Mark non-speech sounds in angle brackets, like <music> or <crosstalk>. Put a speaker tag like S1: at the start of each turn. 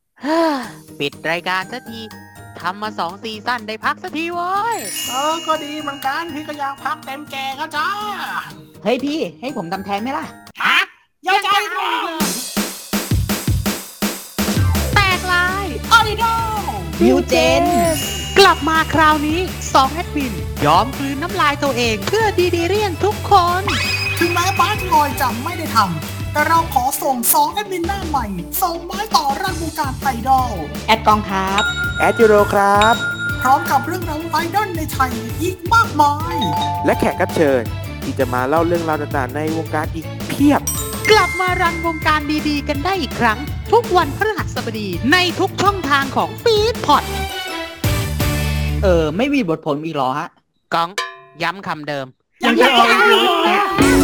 S1: <sighs> ปิดรายการสักทีทำมาสองซีซั่นได้พักสักทีเว้ย
S2: เออ ก็ดีเหมือนกันพี่ก็อยากพักเต็มแก่ก็จ้า
S3: เฮ้ยพี่ ให้ผมทำแทนไหมล่ะ
S2: ฮะยาวใจอีกเหรอ
S1: แตกลายออริโด
S3: Newgen
S1: กลับมาคราวนี้สองแอดมิน ยอมกลืนน้ำลายตัวเองเพื่อดีดีเรียนทุกคน
S2: ถึงแม้บาสลอยจะไม่ได้ทำแต่เราขอส่งสองแอดมินหน้าใหม่ ส่งไม้ต่อรันวงการไอดอล
S3: แอดกองครับ
S4: แอดยูโรครับ
S2: พร้อมกับเรื่องราวไอดอลในไทยอีกมากมาย
S4: และแขกรับเชิญ ที่จะมาเล่าเรื่องราวต่างๆในวงการอีกเพียบ
S1: กลับมารันวงการดีๆ กันได้อีกครั้ง ทุกวันพฤหัสบดีในทุกช่องทางของฟีดพอด
S3: เออ ไม่มีบทผลอีกเหรอฮะ
S1: กอง ย้ำคำเดิม
S2: ยังจะเอาอีกเหรอ